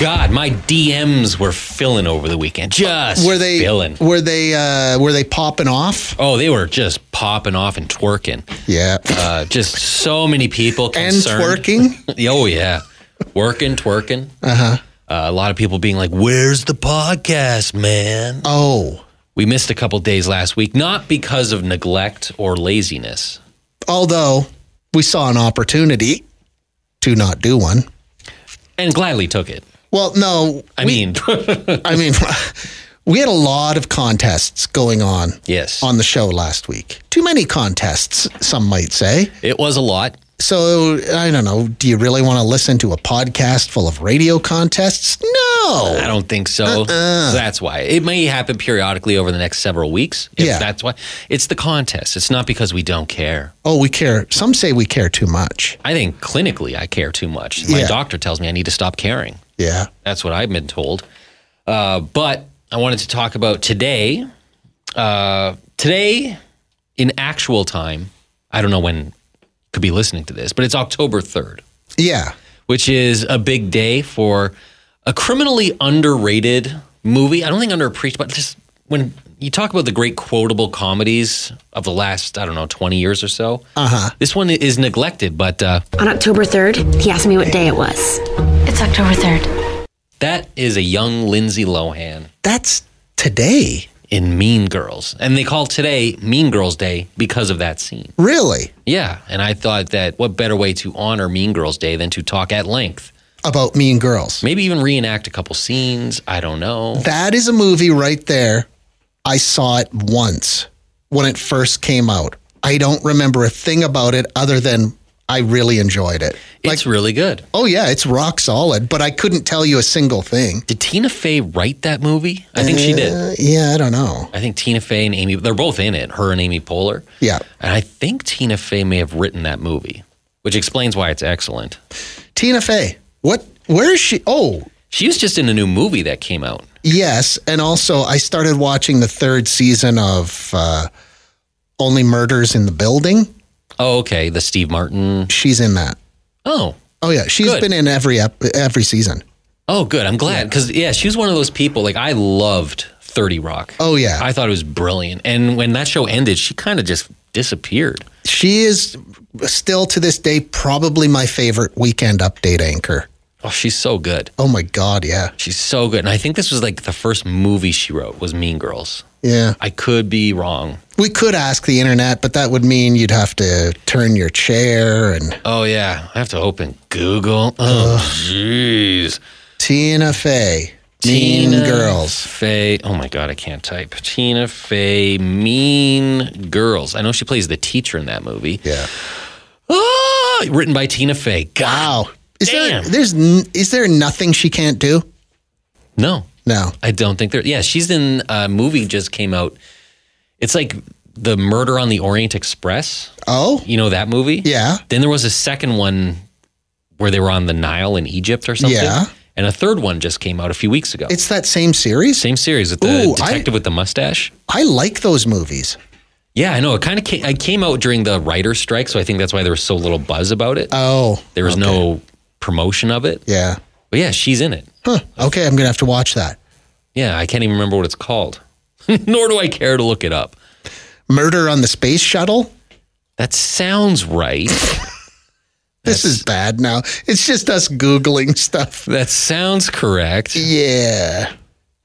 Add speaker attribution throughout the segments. Speaker 1: God, my DMs were filling over the weekend. Just
Speaker 2: Were they
Speaker 1: filling?
Speaker 2: were they uh, were they popping off?
Speaker 1: Oh, they were just popping off and twerking.
Speaker 2: Yeah.
Speaker 1: Uh, just so many people
Speaker 2: and
Speaker 1: concerned.
Speaker 2: twerking?
Speaker 1: Oh yeah, working, twerking. Uh-huh. a lot of people being like, "Where's the podcast, man?"
Speaker 2: Oh.
Speaker 1: We missed a couple days last week, not because of neglect or laziness.
Speaker 2: Although we saw an opportunity to not do one.
Speaker 1: and gladly took it.
Speaker 2: Well, no,
Speaker 1: I mean,
Speaker 2: I mean, we had a lot of contests going on
Speaker 1: yes,
Speaker 2: on the show last week. Too many contests, some might say.
Speaker 1: it was a lot.
Speaker 2: So, I don't know. Do you really want to listen to a podcast full of radio contests?
Speaker 1: I
Speaker 2: No.
Speaker 1: don't think so.
Speaker 2: Uh-uh.
Speaker 1: So that's why it may happen periodically over the next several weeks. If
Speaker 2: Yeah.
Speaker 1: that's why it's the contest. It's not because we don't care.
Speaker 2: Oh, we care. Some say we care too much.
Speaker 1: I think clinically, I care too much. My
Speaker 2: Yeah.
Speaker 1: doctor tells me I need to stop caring.
Speaker 2: Yeah.
Speaker 1: That's what I've been told. Uh, but I wanted to talk about today. Uh, today, in actual time, I don't know when you could be listening to this, but it's October third.
Speaker 2: Yeah.
Speaker 1: which is a big day for a criminally underrated movie. I don't think underappreciated, but just when you talk about the great quotable comedies of the last, I don't know, 20 years or so, uh-huh. this one is neglected, but uh,
Speaker 3: On October 3rd, he asked me what day it was.
Speaker 4: It's October 3rd.
Speaker 1: that is a young Lindsay Lohan
Speaker 2: That's today.
Speaker 1: in Mean Girls. And they call today Mean Girls Day because of that scene.
Speaker 2: Really?
Speaker 1: Yeah. And I thought that what better way to honor Mean Girls Day than to talk at length?
Speaker 2: About mean girls.
Speaker 1: Maybe even reenact a couple scenes. I don't know.
Speaker 2: That is a movie right there. I saw it once when it first came out. I don't remember a thing about it other than I really enjoyed it.
Speaker 1: it's really good.
Speaker 2: Oh yeah, it's rock solid, but I couldn't tell you a single thing.
Speaker 1: Did Tina Fey write that movie? I think she did.
Speaker 2: Uh, yeah, I don't know.
Speaker 1: I think Tina Fey and Amy, they're both in it, her and Amy Poehler.
Speaker 2: Yeah.
Speaker 1: And I think Tina Fey may have written that movie, which explains why it's excellent.
Speaker 2: Tina Fey. What where is she? Oh,
Speaker 1: She was just in a new movie that came out.
Speaker 2: yes, and also I started watching the 3rd season of uh Only Murders in the Building.
Speaker 1: Oh, okay. The Steve Martin.
Speaker 2: She's in that.
Speaker 1: Oh,
Speaker 2: Oh yeah, she's
Speaker 1: Good.
Speaker 2: been in every ep- every season.
Speaker 1: oh, good. I'm glad. Because, yeah, she was one of those people. Like, I loved 30 Rock.
Speaker 2: Oh yeah.
Speaker 1: I thought it was brilliant. And when that show ended, she kind of just disappeared.
Speaker 2: She is still to this day probably my favorite weekend update anchor.
Speaker 1: Oh, she's so good.
Speaker 2: Oh my god, yeah.
Speaker 1: She's so good. And I think this was like the first movie she wrote was Mean Girls.
Speaker 2: Yeah.
Speaker 1: I could be wrong.
Speaker 2: We could ask the internet, but that would mean you'd have to turn your chair and
Speaker 1: Oh yeah, I have to open Google. Oh jeez,
Speaker 2: Tina Fey. Mean
Speaker 1: Tina
Speaker 2: girls.
Speaker 1: Fey. Oh my god, I can't type. Tina Fey, Mean Girls. I know she plays the teacher in that movie.
Speaker 2: Yeah.
Speaker 1: Ah, written by Tina Fey. God,
Speaker 2: Wow. Is
Speaker 1: Damn.
Speaker 2: there there's n- is there nothing she can't do?
Speaker 1: no,
Speaker 2: No.
Speaker 1: I don't think there. Yeah, she's in a movie just came out. It's like the Murder on the Orient Express.
Speaker 2: Oh?
Speaker 1: You know that movie?
Speaker 2: Yeah.
Speaker 1: Then there was a second one where they were on the Nile in Egypt or something.
Speaker 2: Yeah.
Speaker 1: And a third one just came out a few weeks ago.
Speaker 2: It's that same series.
Speaker 1: Same series with the
Speaker 2: Ooh, I-
Speaker 1: detective with the mustache.
Speaker 2: I like those movies.
Speaker 1: Yeah, I know. It kind of came, it came out during the writer strike, so I think that's why there was so little buzz about it.
Speaker 2: Oh.
Speaker 1: there was no promotion of it.
Speaker 2: Yeah.
Speaker 1: But yeah, she's in it.
Speaker 2: Huh. Okay, I'm going to have to watch that.
Speaker 1: Yeah, I can't even remember what it's called. Nor do I care to look it up.
Speaker 2: Murder on the Space Shuttle?
Speaker 1: That sounds right.
Speaker 2: This is bad now. It's just us googling stuff.
Speaker 1: that sounds correct.
Speaker 2: Yeah.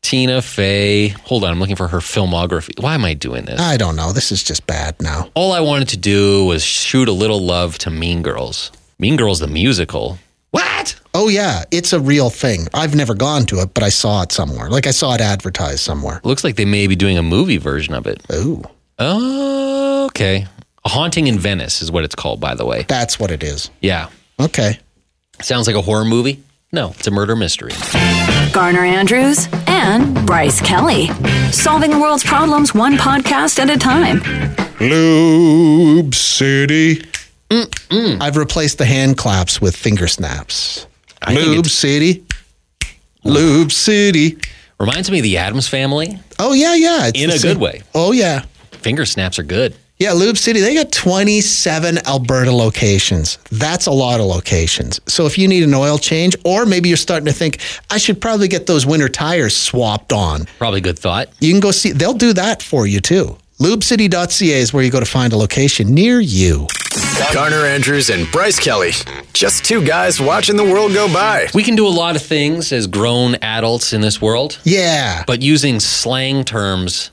Speaker 1: Tina Fey. Hold on, I'm looking for her filmography. Why am I doing this?
Speaker 2: I don't know. This is just bad now.
Speaker 1: All I wanted to do was shoot a little love to Mean Girls. Mean Girls the musical. What?
Speaker 2: Oh yeah, it's a real thing. I've never gone to it, but I saw it somewhere. Like I saw it advertised somewhere.
Speaker 1: Looks like they may be doing a movie version of it.
Speaker 2: Ooh,
Speaker 1: Oh, okay. A Haunting in Venice is what it's called, by the way.
Speaker 2: that's what it is.
Speaker 1: Yeah.
Speaker 2: Okay.
Speaker 1: Sounds like a horror movie. No, it's a murder mystery.
Speaker 5: Garner Andrews and Bryce Kelly. Solving the world's problems one podcast at a time.
Speaker 2: Lube City. I've replaced the hand claps with finger snaps.
Speaker 1: I think
Speaker 2: Lube
Speaker 1: it's-
Speaker 2: City. Lube City.
Speaker 1: Reminds me of the Adams family.
Speaker 2: Oh yeah, yeah. It's
Speaker 1: In
Speaker 2: the
Speaker 1: a
Speaker 2: same-
Speaker 1: good way.
Speaker 2: Oh yeah.
Speaker 1: Finger snaps are good.
Speaker 2: Yeah, Lube City, they got 27 Alberta locations. That's a lot of locations. So if you need an oil change, or maybe you're starting to think, I should probably get those winter tires swapped on,
Speaker 1: Probably good thought.
Speaker 2: you can go see, they'll do that for you too. LubeCity.ca is where you go to find a location near you.
Speaker 6: Garner Andrews and Bryce Kelly. Just two guys watching the world go by.
Speaker 1: We can do a lot of things as grown adults in this world,
Speaker 2: Yeah.
Speaker 1: but using slang terms,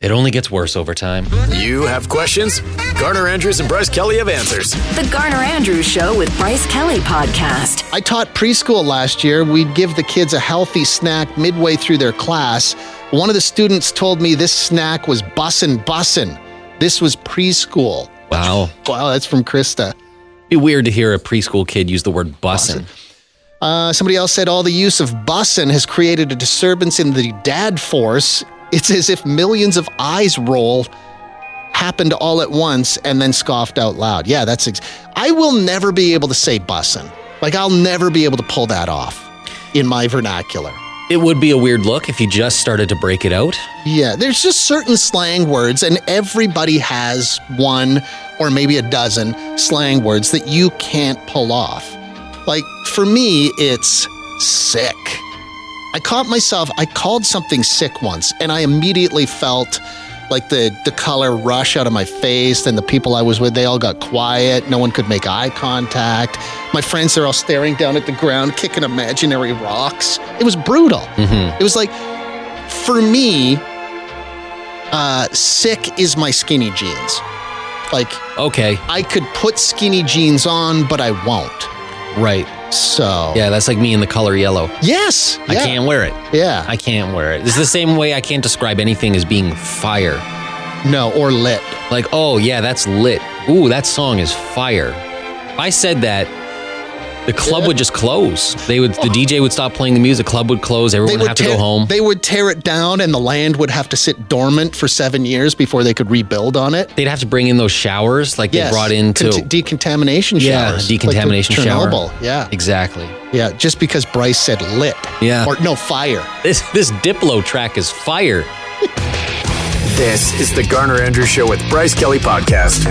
Speaker 1: it only gets worse over time.
Speaker 6: You have questions? Garner Andrews and Bryce Kelly have answers.
Speaker 5: The Garner Andrews Show with Bryce Kelly podcast.
Speaker 2: I taught preschool last year. We'd give the kids a healthy snack midway through their class. One of the students told me this snack was bussin' bussin'. This was preschool.
Speaker 1: Wow.
Speaker 2: Wow, that's from Krista.
Speaker 1: Be weird to hear a preschool kid use the word bussin'.
Speaker 2: Uh, somebody else said all the use of bussin has created a disturbance in the dad force. It's as if millions of eyes roll happened all at once and then scoffed out loud. Yeah, that's. Ex- I will never be able to say bussin. Like I'll never be able to pull that off in my vernacular.
Speaker 1: It would be a weird look if you just started to break it out.
Speaker 2: Yeah, there's just certain slang words, and everybody has one or maybe a dozen slang words that you can't pull off. Like for me, it's sick. I caught myself, I called something sick once, and I immediately felt like the, the color rush out of my face. Then the people I was with, they all got quiet. No one could make eye contact. My friends, they're all staring down at the ground, kicking imaginary rocks. It was brutal. It was like, for me, uh, sick is my skinny jeans. Like,
Speaker 1: Okay.
Speaker 2: I could put skinny jeans on, but I won't.
Speaker 1: Right.
Speaker 2: So,
Speaker 1: Yeah, that's like me in the color yellow.
Speaker 2: yes.
Speaker 1: I
Speaker 2: yeah,
Speaker 1: can't wear it.
Speaker 2: Yeah.
Speaker 1: I can't wear it. It's the same way I can't describe anything as being fire.
Speaker 2: no, or lit.
Speaker 1: Like, oh yeah, that's lit. Ooh, that song is fire. If I said that, the club would just close. They would the DJ would stop playing the music, club would close, everyone would have to
Speaker 2: tear,
Speaker 1: go home.
Speaker 2: They would tear it down, and the land would have to sit dormant for seven years before they could rebuild on it.
Speaker 1: They'd have to bring in those showers like
Speaker 2: Yes.
Speaker 1: they brought in to
Speaker 2: Conti- decontamination
Speaker 1: Yeah,
Speaker 2: showers.
Speaker 1: decontamination
Speaker 2: like the
Speaker 1: shower.
Speaker 2: Chernobyl. Yeah,
Speaker 1: Exactly.
Speaker 2: yeah. Just because Bryce said lit.
Speaker 1: Yeah.
Speaker 2: Or no fire.
Speaker 1: This this Diplo track is fire.
Speaker 6: This is the Garner Andrews Show with Bryce Kelly Podcast.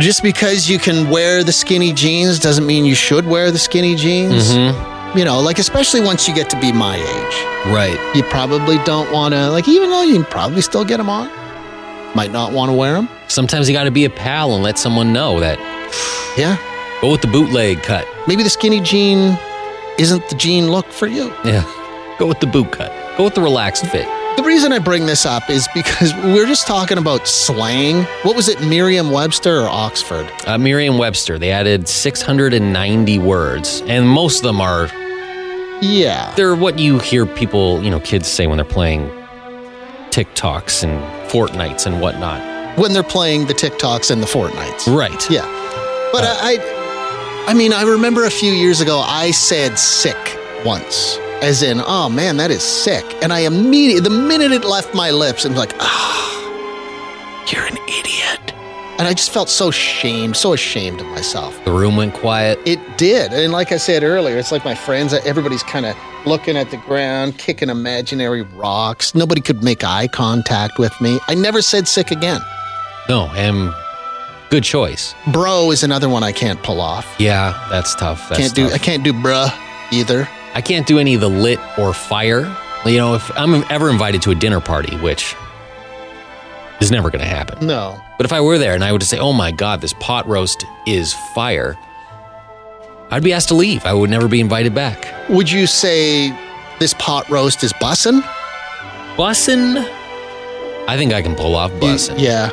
Speaker 2: Just because you can wear the skinny jeans doesn't mean you should wear the skinny jeans. You know, like especially once you get to be my age,
Speaker 1: Right.
Speaker 2: you probably don't want to. Like even though you can probably still get them on, might not want to wear them.
Speaker 1: Sometimes you got to be a pal and let someone know that
Speaker 2: Yeah,
Speaker 1: go with the bootleg cut.
Speaker 2: maybe the skinny jean isn't the jean look for you.
Speaker 1: Yeah. Go with the boot cut. Go with the relaxed fit.
Speaker 2: The reason I bring this up is because we're just talking about slang. What was it, Merriam-Webster or Oxford?
Speaker 1: Uh, Merriam-Webster, they added 690 words, and most of them are
Speaker 2: Yeah,
Speaker 1: they're what you hear people, you know, kids say when they're playing TikToks and Fortnites and whatnot.
Speaker 2: when they're playing the TikToks and the Fortnites.
Speaker 1: Right.
Speaker 2: Yeah. But I, I I mean, I remember a few years ago I said sick once. As in, oh man, that is sick. And I immediately the minute it left my lips, I'm like, ah, you're an idiot. And I just felt so shamed, so ashamed of myself.
Speaker 1: The room went quiet.
Speaker 2: It did. And like I said earlier, it's like my friends, everybody's kind of looking at the ground, kicking imaginary rocks. Nobody could make eye contact with me. I never said sick again.
Speaker 1: No, and good choice.
Speaker 2: Bro is another one I can't pull off.
Speaker 1: Yeah, that's tough. That's
Speaker 2: can't do I
Speaker 1: tough.
Speaker 2: can't do bruh either.
Speaker 1: I can't do any of the lit or fire. You know, if I'm ever invited to a dinner party, which is never going to happen.
Speaker 2: No.
Speaker 1: But if I were there and I would say, "Oh my God, this pot roast is fire," I'd be asked to leave. I would never be invited back.
Speaker 2: Would you say this pot roast is bussin?
Speaker 1: Bussin, I think I can pull off bussin.
Speaker 2: Yeah.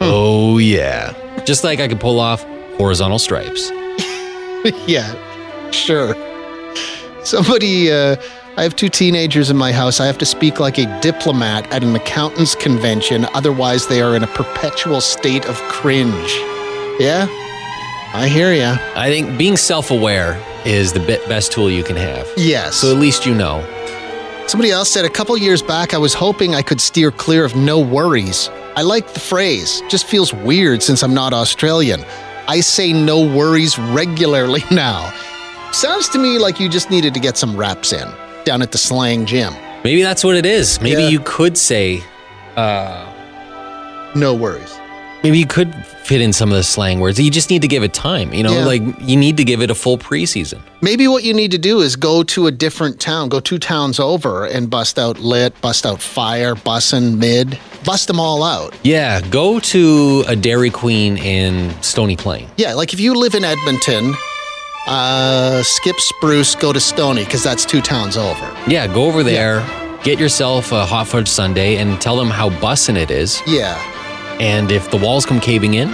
Speaker 1: Oh yeah, just like I can pull off horizontal stripes.
Speaker 2: yeah. Sure. Somebody, uh, I have two teenagers in my house. I have to speak like a diplomat at an accountant's convention. Otherwise, they are in a perpetual state of cringe. Yeah? I hear ya.
Speaker 1: I think being self aware is the be- best tool you can have.
Speaker 2: Yes.
Speaker 1: So at least you know.
Speaker 2: Somebody else said a couple years back, I was hoping I could steer clear of no worries. I like the phrase, just feels weird since I'm not Australian. I say no worries regularly now. Sounds to me like you just needed to get some reps in down at the slang gym.
Speaker 1: Maybe that's what it is. Maybe
Speaker 2: Yeah.
Speaker 1: you could say, uh,
Speaker 2: No worries.
Speaker 1: maybe you could fit in some of the slang words. You just need to give it time. You know,
Speaker 2: Yeah.
Speaker 1: like you need to give it a full preseason.
Speaker 2: Maybe what you need to do is go to a different town, go two towns over and bust out lit, bust out fire, bussin', mid, bust them all out.
Speaker 1: Yeah, go to a Dairy Queen in Stony Plain.
Speaker 2: Yeah, like if you live in Edmonton, uh, skip Spruce, go to Stony because that's two towns over.
Speaker 1: Yeah, go over there, get yourself a hot fudge sundae, and tell them how bussin' it is.
Speaker 2: Yeah,
Speaker 1: And if the walls come caving in,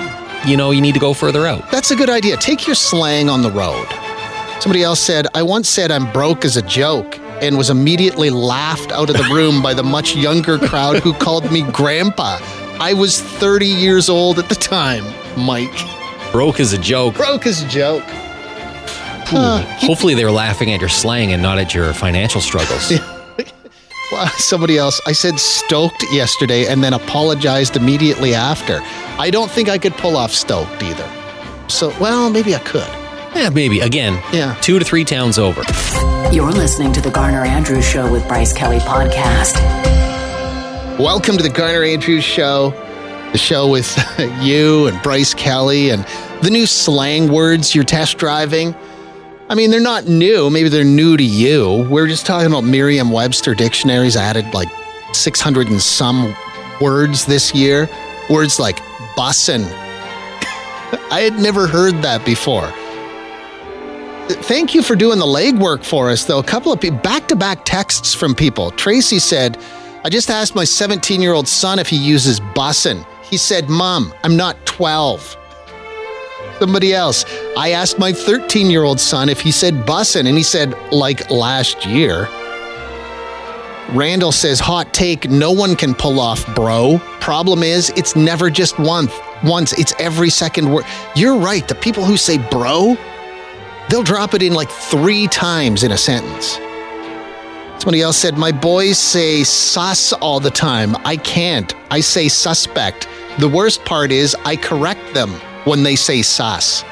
Speaker 1: you know you need to go further out.
Speaker 2: that's a good idea. Take your slang on the road. Somebody else said, I once said I'm broke as a joke and was immediately laughed out of the room by the much younger crowd who called me grandpa. I was 30 years old at the time, Mike.
Speaker 1: Broke is a joke.
Speaker 2: Broke as a joke.
Speaker 1: Hopefully they're laughing at your slang and not at your financial struggles.
Speaker 2: Well, Somebody else, I said stoked yesterday and then apologized immediately after. I don't think I could pull off stoked either. So, well, maybe I could.
Speaker 1: yeah, maybe. Again,
Speaker 2: Yeah.
Speaker 1: two to three towns over.
Speaker 7: You're listening to The Garner Andrews Show with Bryce Kelly Podcast.
Speaker 2: Welcome to the Garner Andrews Show, the show with you and Bryce Kelly and the new slang words you're test driving. I mean, they're not new. Maybe they're new to you. We're just talking about Merriam Webster dictionaries added like 600 and some words this year. Words like bussin. I had never heard that before. Thank you for doing the legwork for us, though. A couple of back to back texts from people. Tracy said, I just asked my 17 year old son if he uses bussin. He said, Mom, I'm not 12. Somebody else, I asked my 13 year old son if he said bussin, and he said, like last year. Randall says, hot take, no one can pull off, bro. Problem is, it's never just once. Once, it's every second word. You're right. The people who say bro, They'll drop it in like three times in a sentence. Somebody else said, My boys say sus all the time. I can't. I say suspect. The worst part is I correct them when they say sus.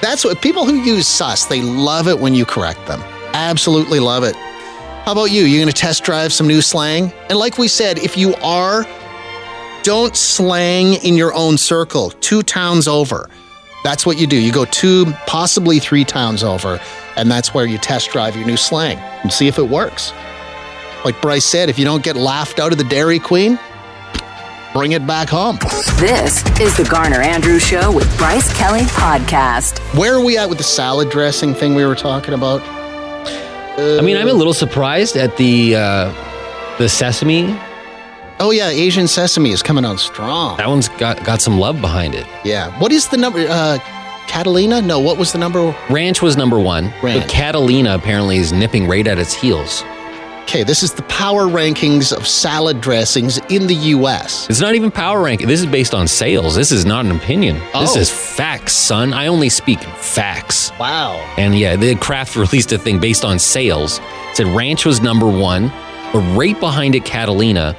Speaker 2: That's what people who use sus, they love it when you correct them. Absolutely love it. How about you? You gonna test drive some new slang? And like we said, if you are, don't slang in your own circle, two towns over. That's what you do. You go two, possibly three towns over, and that's where you test drive your new slang and see if it works. Like Bryce said, if you don't get laughed out of the Dairy Queen, bring it back home.
Speaker 7: This is The Garner Andrews Show with Bryce Kelly Podcast.
Speaker 2: Where are we at with the salad dressing thing we were talking about?
Speaker 1: I mean, I'm a little surprised at the uh, the sesame.
Speaker 2: Oh, yeah, Asian sesame is coming on strong.
Speaker 1: That one's got got some love behind it.
Speaker 2: Yeah. What is the number? Uh, Catalina? No, what was the number?
Speaker 1: Ranch was number one,
Speaker 2: Ranch.
Speaker 1: but Catalina apparently is nipping right at its heels.
Speaker 2: Okay, this is the power rankings of salad dressings in the US.
Speaker 1: It's not even power ranking. This is based on sales. This is not an opinion. This
Speaker 2: Oh.
Speaker 1: is facts, son. I only speak facts.
Speaker 2: Wow.
Speaker 1: And yeah, the Kraft released a thing based on sales. It said Ranch was number one, but right behind it, Catalina.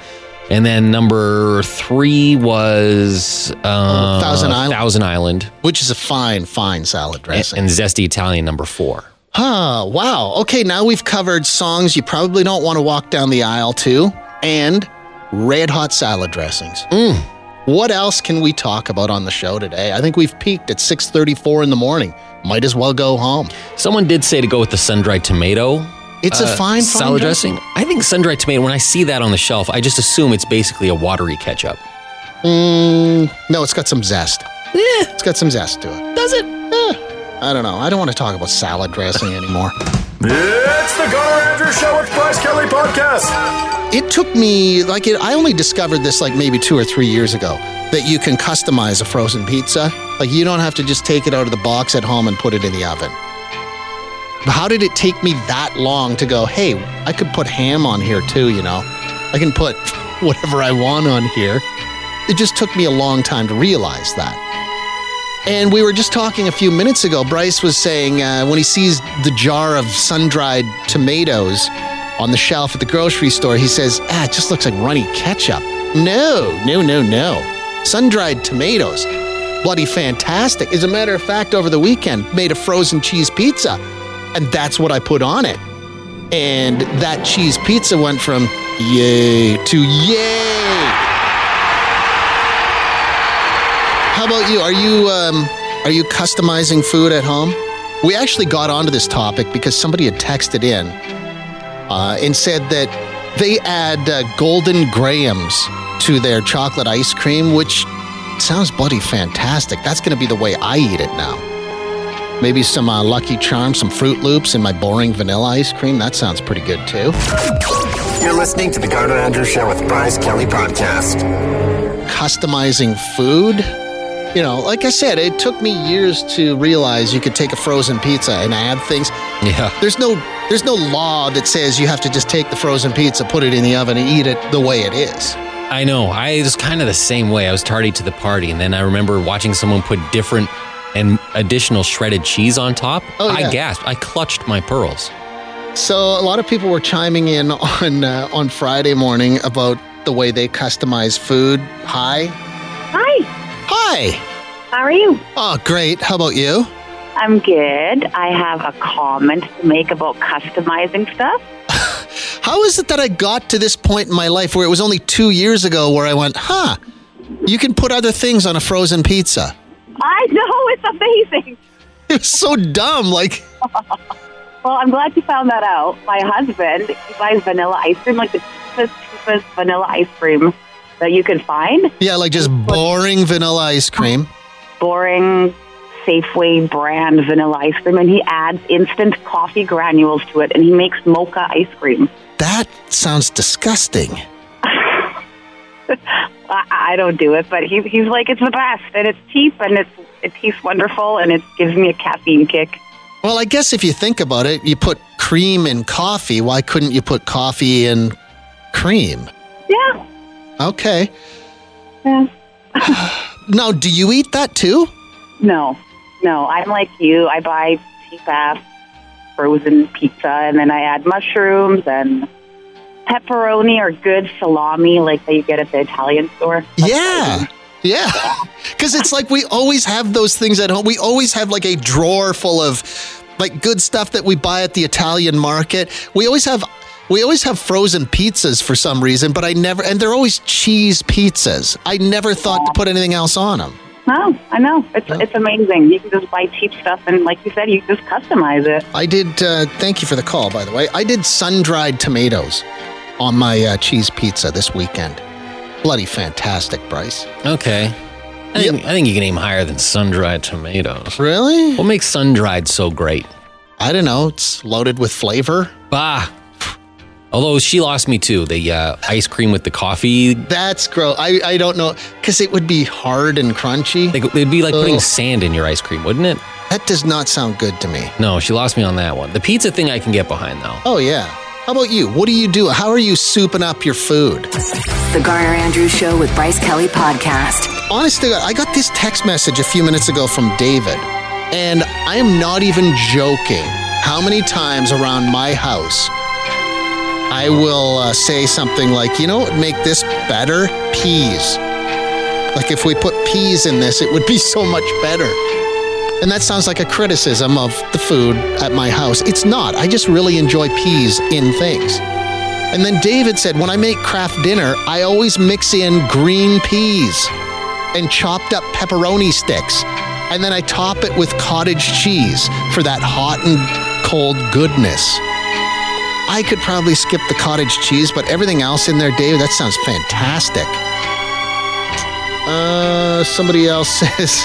Speaker 1: And then number three was uh,
Speaker 2: Thousand Island.
Speaker 1: Thousand Island
Speaker 2: Which is a fine, fine salad
Speaker 1: and,
Speaker 2: dressing.
Speaker 1: and Zesty Italian number four.
Speaker 2: Huh, wow. Okay, now we've covered songs you probably don't want to walk down the aisle to and red hot salad dressings. Mm. What else can we talk about on the show today? I think we've peaked at 6:34 in the morning. Might as well go home.
Speaker 1: Someone did say to go with the sun dried tomato.
Speaker 2: It's a
Speaker 1: uh,
Speaker 2: fine, fine
Speaker 1: salad dressing. I think sun dried tomato. When I see that on the shelf, I just assume it's basically a watery ketchup.
Speaker 2: Mm, no, it's got some zest.
Speaker 1: Eh.
Speaker 2: It's got some zest to it. Does it? I don't know. I don't want to talk about salad dressing anymore.
Speaker 6: It's the Garner Andrews Show with Bryce Kelly Podcast.
Speaker 2: it took me like it, I only discovered this like maybe two or three years ago that you can customize a frozen pizza. Like you don't have to just take it out of the box at home and put it in the oven. How did it take me that long to go, hey, I could put ham on here too, you know? I can put whatever I want on here. It just took me a long time to realize that. And we were just talking a few minutes ago. Bryce was saying uh, when he sees the jar of sun dried tomatoes on the shelf at the grocery store, he says, ah, it just looks like runny ketchup. No, no, no, no. Sun dried tomatoes. Bloody fantastic. As a matter of fact, over the weekend, made a frozen cheese pizza. And that's what I put on it. And that cheese pizza went from yay to yay. How about you? Are you um, are you customizing food at home? We actually got onto this topic because somebody had texted in uh, and said that they add uh, golden grahams to their chocolate ice cream, which sounds bloody fantastic. That's going to be the way I eat it now. Maybe some uh, Lucky Charms, some Fruit Loops, and my boring vanilla ice cream. That sounds pretty good too.
Speaker 6: You're listening to the Garner Andrews Show with Bryce Kelly Podcast.
Speaker 2: customizing food. You know, like I said, it took me years to realize you could take a frozen pizza and add things.
Speaker 1: Yeah.
Speaker 2: There's no there's no law that says you have to just take the frozen pizza, put it in the oven and eat it the way it is.
Speaker 1: I know. I was kind of the same way. I was tardy to the party, and then I remember watching someone put different and additional shredded cheese on top.
Speaker 2: Oh, yeah.
Speaker 1: I gasped. I clutched my pearls.
Speaker 2: So a lot of people were chiming in on uh, on Friday morning about the way they customize food. Hi.
Speaker 8: Hi,
Speaker 2: Hi.
Speaker 8: how are you?
Speaker 2: Oh, great. How about you?
Speaker 8: I'm good. I have a comment to make about customizing stuff.
Speaker 2: How is it that I got to this point in my life where it was only two years ago where I went, huh, you can put other things on a frozen pizza?
Speaker 8: I know it's amazing.
Speaker 2: It was so dumb. Like,
Speaker 8: Well, I'm glad you found that out. My husband he buys vanilla ice cream, like the cheapest, cheapest vanilla ice cream that you can find.
Speaker 2: yeah, like just boring vanilla ice cream.
Speaker 8: Boring Safeway brand vanilla ice cream, and he adds instant coffee granules to it, and he makes mocha ice cream.
Speaker 2: That sounds disgusting.
Speaker 8: I, I don't do it, but he, he's like, it's the best, and it's cheap, and it's it tastes wonderful, and it gives me a caffeine kick.
Speaker 2: Well, I guess if you think about it, you put cream in coffee. Why couldn't you put coffee in cream?
Speaker 8: Yeah.
Speaker 2: Okay.
Speaker 8: yeah.
Speaker 2: Now, do you eat that too?
Speaker 8: No, no. I'm like you. I buy PFAS frozen pizza, and then I add mushrooms and pepperoni or good salami, like that you get at the Italian store.
Speaker 2: Yeah. Yeah. Because it's like we always have those things at home. We always have like a drawer full of like good stuff that we buy at the Italian market. We always have. We always have frozen pizzas for some reason, but I never, and they're always cheese pizzas. I never thought to put anything else on them.
Speaker 8: No, I know. It's it's amazing. You can just buy cheap stuff, and like you said, you just customize it.
Speaker 2: I did, uh, thank you for the call, by the way. I did sun dried tomatoes on my uh, cheese pizza this weekend. Bloody fantastic, Bryce.
Speaker 1: Okay. I think, I think you can aim higher than sun dried tomatoes.
Speaker 2: Really?
Speaker 1: What makes sun dried so great?
Speaker 2: I don't know. It's loaded with flavor.
Speaker 1: Bah. Although she lost me too. The uh, ice cream with the coffee.
Speaker 2: That's gross. I, I don't know because it would be hard and crunchy.
Speaker 1: Like, it'd be like putting
Speaker 2: Ugh.
Speaker 1: sand in your ice cream, wouldn't it?
Speaker 2: That does not sound good to me.
Speaker 1: No, she lost me on that one. The pizza thing I can get behind though.
Speaker 2: Oh yeah. How about you? What do you do? How are you souping up your food?
Speaker 7: The Garner Andrews Show with Bryce Kelly Podcast.
Speaker 2: Honest to God, I got this text message a few minutes ago from David, and I am not even joking. How many times around my house I will uh, say something like, "You know, what would make this better? Peas. Like if we put peas in this, it would be so much better." And that sounds like a criticism of the food at my house. It's not. I just really enjoy peas in things. And then David said, when I make craft dinner, I always mix in green peas and chopped up pepperoni sticks. And then I top it with cottage cheese for that hot and cold goodness. I could probably skip the cottage cheese, but everything else in there, David, that sounds fantastic. Uh, somebody else says,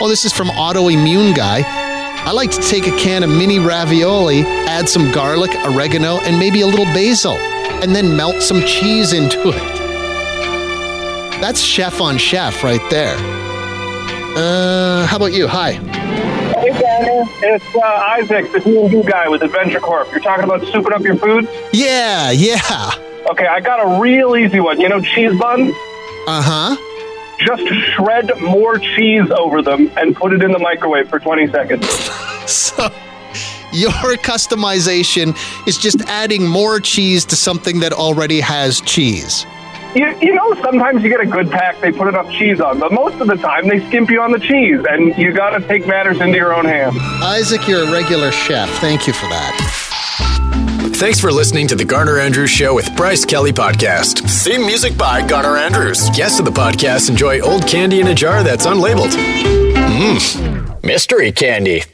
Speaker 2: oh, this is from Autoimmune Guy. I like to take a can of mini ravioli, add some garlic, oregano, and maybe a little basil, and then melt some cheese into it. That's chef on chef right there. Uh, how about you? Hi.
Speaker 9: Tanner. It's uh, Isaac, the D&D guy with Adventure Corp. You're talking about souping up your food?
Speaker 2: Yeah, yeah.
Speaker 9: Okay, I got a real easy one. You know cheese buns?
Speaker 2: Uh-huh.
Speaker 9: Just shred more cheese over them and put it in the microwave for 20 seconds.
Speaker 2: So your customization is just adding more cheese to something that already has cheese.
Speaker 9: You, you know, sometimes you get a good pack, they put enough cheese on, but most of the time they skimp you on the cheese, and you gotta take matters into your own hands.
Speaker 2: Isaac, you're a regular chef. Thank you for that.
Speaker 6: Thanks for listening to the Garner Andrews Show with Bryce Kelly Podcast. Theme music by Garner Andrews. Guests of the podcast enjoy old candy in a jar that's unlabeled. Mmm, mystery candy.